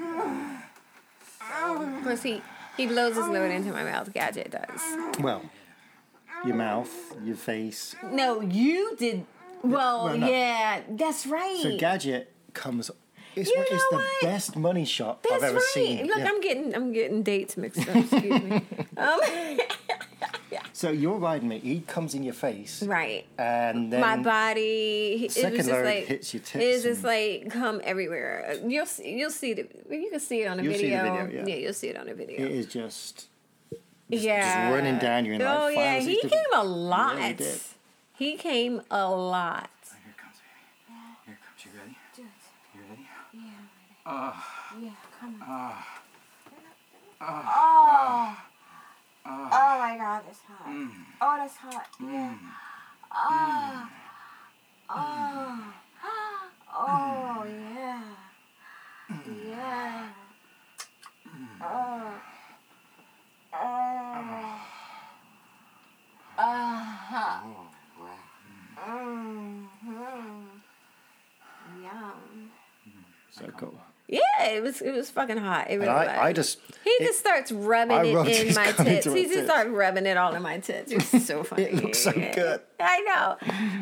like that.
Of course he he blows his load into my mouth, Gadget does.
Well, your mouth, your face.
No, you did well,
Well, no.
yeah, that's right.
So gadget comes. It's,
You
what is
know
the
what?
best money shot I've
That's
ever
right.
seen.
Look,
Yeah.
I'm getting I'm getting dates mixed up, excuse me. Um,
So you're riding me. He comes in your face,
right.
and then
my body. he- it
Second
was just
load
like
hits your
It was
tits
just like come everywhere. You'll see, you'll see the you can see it on a
You'll see the
video.
video, yeah.
you'll see it on a video.
it is just
yeah,
running down you in, like,
oh
five or
yeah,
six
he
different-
came a lot.
Yeah, he did.
he came a lot.
Oh, here it comes, baby. Here it comes. You ready?
Do it.
You ready?
Yeah.
Ah,
Yeah, come on.
ah,
Oh.
ah.
Oh my god, that's hot. Oh, that's hot. Yeah.
Mm.
Oh. Oh. Oh,
Mm.
yeah. Yeah.
Ah.
Oh. Oh. Uh-huh.
Oh, wow. Mm.
Mm-hmm. Yum.
so cool.
Yeah, it was it was fucking hot. It
And
really was.
I, I just
he
it-
just starts rubbing
I rubbed
it in
his
my
cum
tits.
into
He
her
just
tits.
starts rubbing it all in my tits. It's so funny.
looks so good.
I know.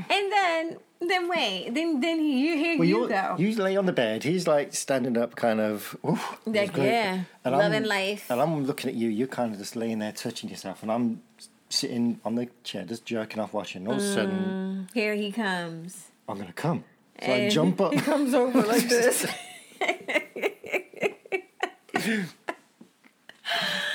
And then then wait, then then he, you here
Well,
you
you
go.
you lay on the bed. He's like standing up, kind of. Ooh, it was
Like,
great."
yeah,
And
loving
I'm,
life.
And I'm looking at you. You're kind of just laying there, touching yourself, and I'm sitting on the chair, just jerking off, watching. All of a
Mm.
sudden,
Here he comes.
I'm gonna come. So I
And
jump up.
He comes over like this.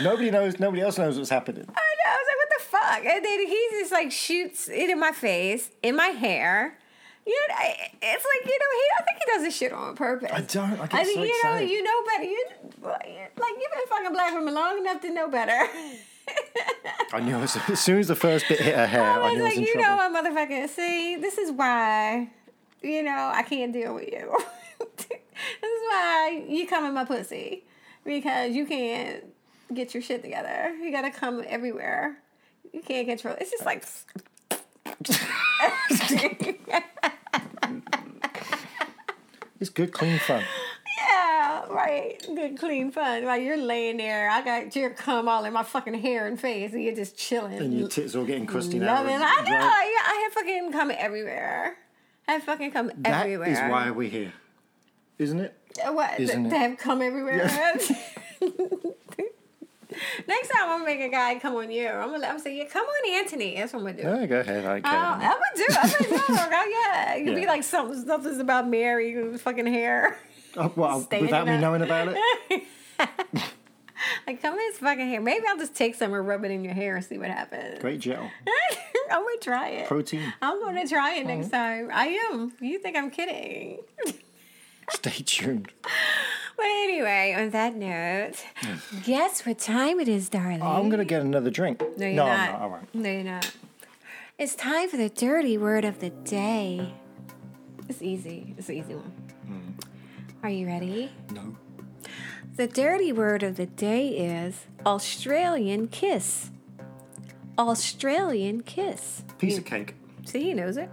nobody knows. Nobody else knows what's happening.
I know. I was like, what the fuck? And then he just like shoots it in my face, in my hair. You know, I- it's like you know, he. I think he does this shit on purpose.
I don't. I get
I
so
think you know,
excited.
you know better. You like you've been fucking black woman long enough to know better.
I knew as, as soon as the first bit hit her hair, I,
I was
knew I
like,
was in
you
trouble.
know, what, motherfucker. See, this is why, you know, I can't deal with you. this is why you come in my pussy because you can't get your shit together. You gotta come everywhere. You can't control. It's just like.
It's good, clean fun.
Yeah, right. Good, clean fun. Like you're laying there, I got your cum all in my fucking hair and face, and you're just chilling.
And your tits all getting crusty now.
loving. I know.
and
Yeah,
dry.
I have fucking cum everywhere. I have fucking cum
That
everywhere.
is why we're here, isn't it?
Uh, What?
Isn't
th-
it?
They have come everywhere. Next time I'm gonna make a guy come on you. I'm gonna, I'm gonna say, yeah, come on, Anthony. That's what I'm gonna do.
Oh, go ahead. I
Oh,
can.
I'm gonna do. it. I'm gonna do. it, girl, yeah, it could be
Yeah.
like something, something's about Mary with fucking hair.
Oh, well,
Staying
without me
up.
knowing about it.
Like, come in his fucking hair. Maybe I'll just take some and rub it in your hair and see what happens.
Great gel,
I'm gonna try it.
protein.
I'm gonna try it next time. I am. You think I'm kidding?
Stay tuned.
But anyway, on that note, guess what time it is, darling?
I'm gonna get another drink.
No, you're
I'm
not.
not. I won't.
No, you're not. It's time for the dirty word of the day. It's easy. It's an easy one.
Hmm.
Are you ready?
No.
The dirty word of the day is Australian kiss. Australian kiss.
Piece of cake.
See, he knows it.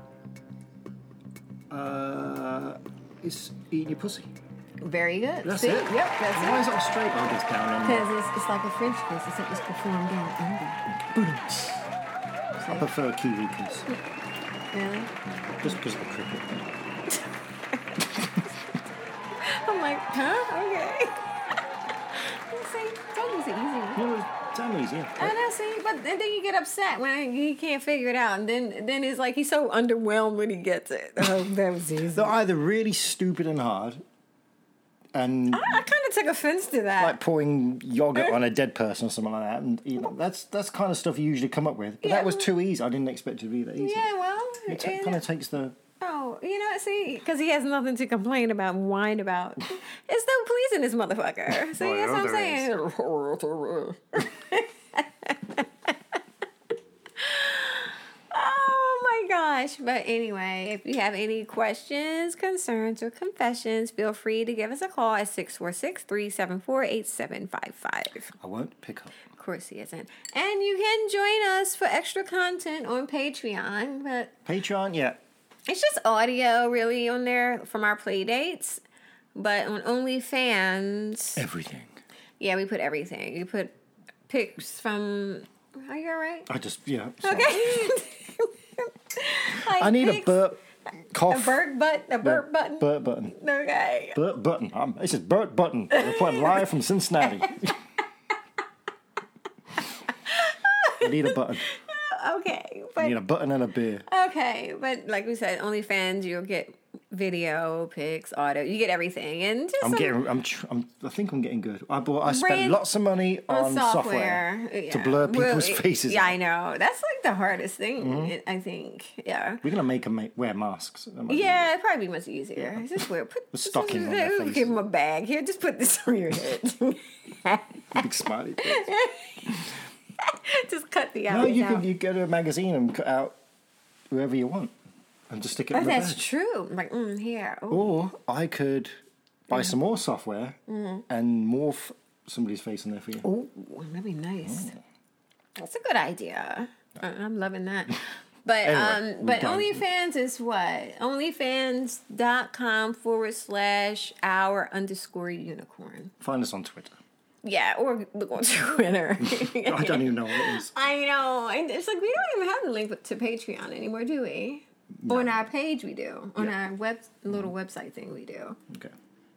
Uh, it's eating your pussy.
Very good.
That's
See?
it.
Yep, that's
Why
it.
is it Australia? Oh, it goes down on
Because it's, it's like a French kiss, except it's performed down under.
I prefer Kiwi kiss,
Really?
just because of the cricket.
I'm like, huh? Okay. See, told you it's an easy one.
You know, it's damn easy.
I
yeah.
know, see, but then then you get upset when he can't figure it out, and then then it's like he's so underwhelmed when he gets it. Oh, that was easy.
They're either really stupid and hard, and
I, kind of took offense to that.
like pouring yogurt on a dead person or something like that, and you know, that's that's kind of stuff you usually come up with. But
Yeah.
that was too easy. I didn't expect it to be that easy.
yeah, well,
It ta-
and-
kind of takes the
oh, you know, see, because he has nothing to complain about, and whine about. It's no pleasing this motherfucker. See,
Well,
that's what I'm
there is.
saying. Oh my gosh. But anyway, if you have any questions, concerns, or confessions, feel free to give us a call at 646 374 8755.
I won't pick up.
Of course, he isn't. And you can join us for extra content on Patreon, but
Patreon, yeah.
it's just audio really on there from our play dates. But on OnlyFans,
Everything.
yeah, we put everything. You put pics from. Are you all right?
I just yeah. sorry.
Okay. Like
I need a
pics-
burp cough.
A burp button. A burp button.
Burt button.
Okay.
Burt Button. Um, this is Burt Button. Reporting live from Cincinnati. I need a button.
Okay.
I
But
need a button and a beer.
okay. But like we said, OnlyFans, you'll get video, pics, audio. You get everything, and just
I'm
some
getting. I'm. Tr- I'm I think I'm getting good. I bought. I spent
Brand-
lots of money on, software,
software
to
Yeah.
blur
Well,
people's
it-
faces.
Yeah,
out. Mm-hmm.
I know. That's like the hardest thing. I think. Yeah.
We're gonna make them make, wear masks.
Yeah, it'd probably be much easier. It's just weird. Put
A stocking on their
Ooh,
face.
Give him a bag here. Just put this on your head.
Big smiley. face.
just cut the
no,
eyes
you
out.
can. You get a magazine and cut out whoever you want, and just stick it.
Oh,
in the
that's
bag.
true. Like mm, here. Ooh.
Or I could buy some more software
Mm.
and morph somebody's face on there for you.
Ooh, that'd be nice. That's a good idea. I- I'm loving that. But
Anyway,
um, but
we're done.
OnlyFans is what? OnlyFans.com forward slash our underscore unicorn.
Find us on Twitter.
Yeah, or look on Twitter.
I don't even know what it is.
I know. And it's like we don't even have the link to Patreon anymore, do we? On our page, we do. On
Yeah. Mm-hmm.
our web little website thing, we do.
Okay.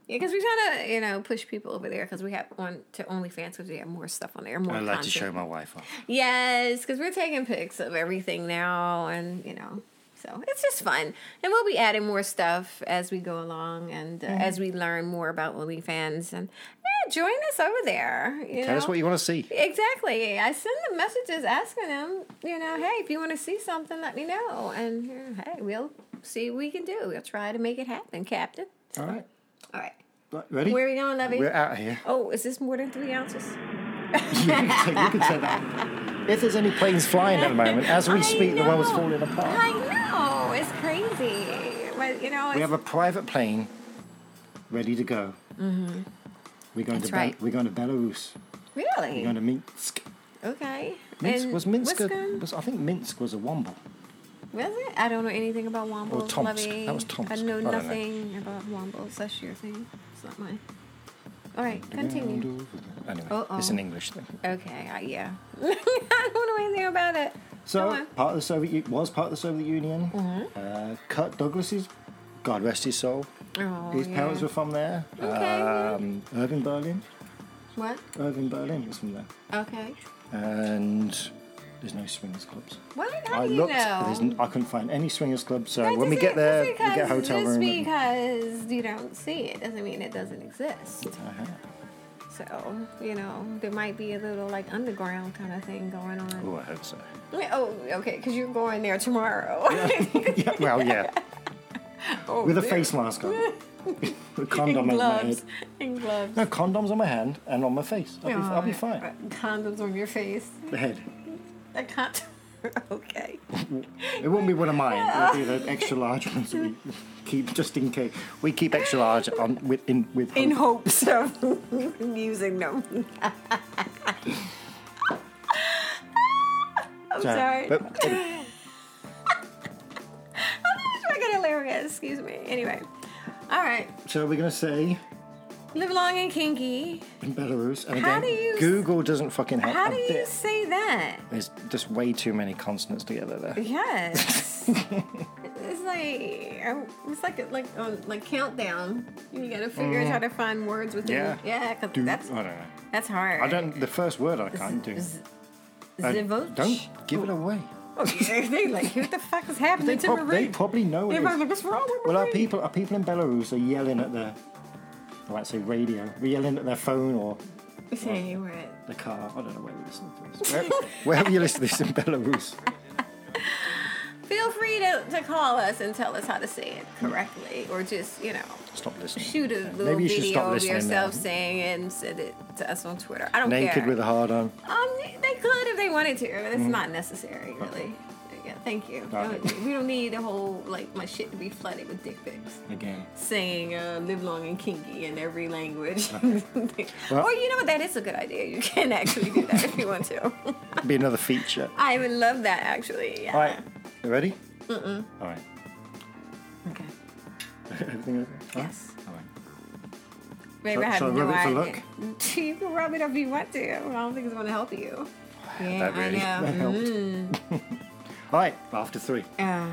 Yeah, because we try to you know push people over there because we have on to OnlyFans because we have more stuff on there. More
I like to
content.
show my wife off.
Yes, because we're taking pics of everything now, and you know, so it's just fun. And we'll be adding more stuff as we go along, and uh,
Mm-hmm.
as we learn more about OnlyFans, and yeah, join us over there. You
Tell
know?
us what you want to see.
Exactly. I send them messages asking them, you know, hey, if you want to see something, let me know. And you know, hey, we'll see what we can do. We'll try to make it happen, Captain.
All right.
All right.
Right, Ready? Uh,
Where are we going, Lovey?
We're out of here.
Oh, is this more than three ounces?
you can say, you can say that. If there's any planes flying at the moment, as we
I
speak, the one was
know.
falling apart.
I know. It's crazy. But, you know, it's,
We have a private plane ready to go. Mm-hmm. We're going
That's
to Be-
right.
we're going to Belarus. We're
really?
going to Minsk.
Okay.
Minsk
And
was Minsk. A,
Wisconsin?
was, I think Minsk was a womble.
Was it? I don't know anything about Wombles.
Or Oh, Tomsk.
Levy.
That was Tomsk.
I
I
know
don't know.
nothing about Wombles. That's your thing. It's not mine. All right, continue.
Anyway, it's
Uh-oh.
an English thing.
Okay, I, yeah. I don't know anything about it.
So
Go on. Mm-hmm.
part of the Soviet U- was part of the Soviet Union. Uh, Kurt Douglas's, God rest his soul.
Oh,
his
yeah.
parents were from there.
Okay, yeah.
Um, Irving Berlin.
What?
Irving Berlin was from there.
Okay.
And there's no swingers clubs.
What? How
I
do
looked.
you know?
There's n- I couldn't find any swingers clubs. So
That
when we
doesn't-
get there, we
just
get a
because-
hotel
just
room. and-
because you don't see it doesn't mean it doesn't exist.
Uh-huh.
So you know there might be a little like underground kind of thing going on.
Oh, I hope so.
Oh, okay, because you're going there tomorrow.
yeah, well, yeah.
Oh,
With a
dear.
face mask on. With condom
and
on my
gloves.
head.
And gloves.
No, condoms on my hand and on my face. I'll, be, I'll be
Oh,
fine.
uh, Condoms on your face.
The head.
I can't. okay.
It won't be one of mine. It'll be the extra large ones that we keep just in case. We keep extra large on with in with
In
hope.
hopes of using them. I'm
So,
sorry.
but- uh,
It's fucking hilarious. Excuse me. Anyway. All right.
so we're gonna say
Live long and kinky.
in Belarus, and
How
again,
do you s-
Google doesn't fucking help.
How
a
do you
bit.
say that?
There's just way too many consonants together there.
Yes. it's like um, it's like a, like um, like countdown. You gotta figure out how to find words within.
Mm. Yeah.
Yeah, 'cause
Do,
that's
I don't know.
that's hard.
I don't. The first word I can't do.
Z-
I-
Zivoch?
don't give it away.
they like, what the fuck is happening
They,
to
prob- they
Marie?
probably know what it
Everybody's
is.
like, what's wrong with
Well, our
Marie?"
people, our people in Belarus are yelling at their, I might say radio, we're yelling at their phone or
Say we're at
the car. I don't know where we listen to this. Where, wherever you listen to this in Belarus.
Feel free to, to call us and tell us how to say it
Mm.
correctly, or just you know
Stop listening.
shoot a little
Maybe you should
video
stop
of
listening.
yourself
now.
saying it and send it to us on Twitter. I don't
Naked
care.
with a Mm-hmm. hard on.
um, they could if they wanted to. It's not necessary, really. Yeah, thank you.
Okay.
Don't- We don't need a whole like my shit to be flooded with dick pics.
Again.
Saying uh, "live long and kinky" in every language,
Well-
or you know what? That is a good idea. You can actually do that if you want to.
Be another feature.
I would love that actually. Yeah.
All right. You ready? Mm-mm. All right.
Okay.
Everything okay? All right?
Yes.
All right.
Maybe I
Shall-
have
shall I
no
rub it for
idea. you can rub it if you want to. I don't think it's going to help you. Yeah,
that really
I know.
helped.
Mm.
All right. After three.
Uh,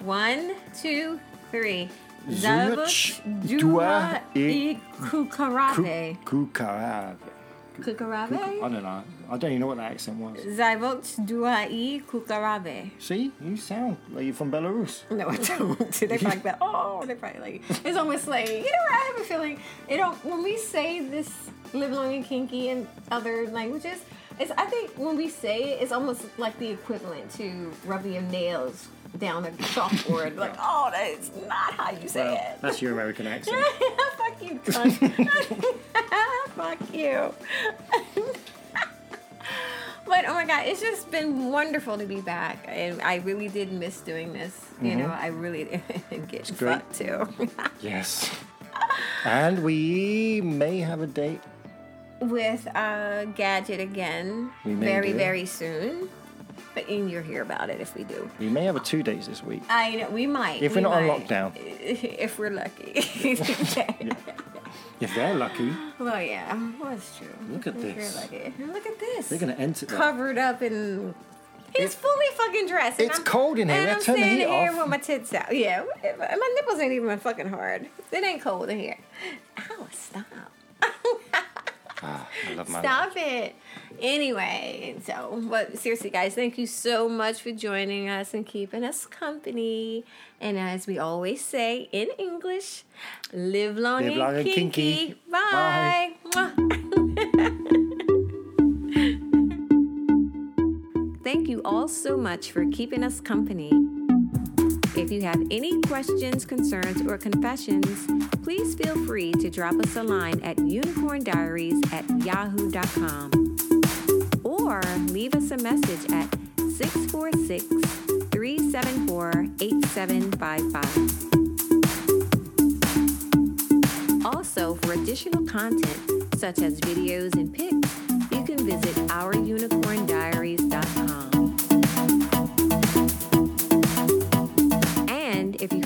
one, two, three.
Zobacz,
Zobacz,
dwa
dwa
i
i kukarate.
Kukarave. I
Kukarave?
don't know. I don't even know what that accent was.
Zobacz, dwa i kukarave.
See, you sound like you're from Belarus.
No, I don't. They're probably like, oh, they're probably like, it's almost like, you know, what, I have a feeling, you know, when we say this live long and kinky in other languages, it's, I think when we say it, it's almost like the equivalent to rubbing your nails down a chalkboard. like, oh, that's not how you say
Well,
it.
that's your American accent.
Fuck you, cunt. Fuck you. but oh my god, it's just been wonderful to be back, and I really did miss doing this. You know, I really did and get
Mm-hmm. great.
fucked too.
Yes. And we may have a date.
With uh, gadget again,
We may
very
do.
very soon. But and you'll hear about it if we do.
We may have a two days this week.
I know we might. we
If we're not on
might.
lockdown.
If we're lucky. yeah.
If they're lucky,
Well, yeah, well, it's true.
Look at
If you're
this.
lucky. Look at this.
they're going to enter. that.
covered up in. He's fully fucking dressed. and
It's cold in here.
And
Now
I'm
turn the
sitting
heat
here
off.
with my tits out. Yeah, whatever. my nipples ain't even fucking hard. It ain't cold in here. Ow, stop.
Ah, I love my life.
Stop it. Anyway, so, but seriously, guys, thank you so much for joining us and keeping us company. And as we always say in English, live long,
Live
and,
long and
kinky.
kinky.
Bye. Mwah. thank you all so much for keeping us company. If you have any questions, concerns, or confessions, please feel free to drop us a line at unicorndiaries at yahoo.com or leave us a message at 646 374 8755. Also, for additional content such as videos and pics, you can visit ourunicorn.com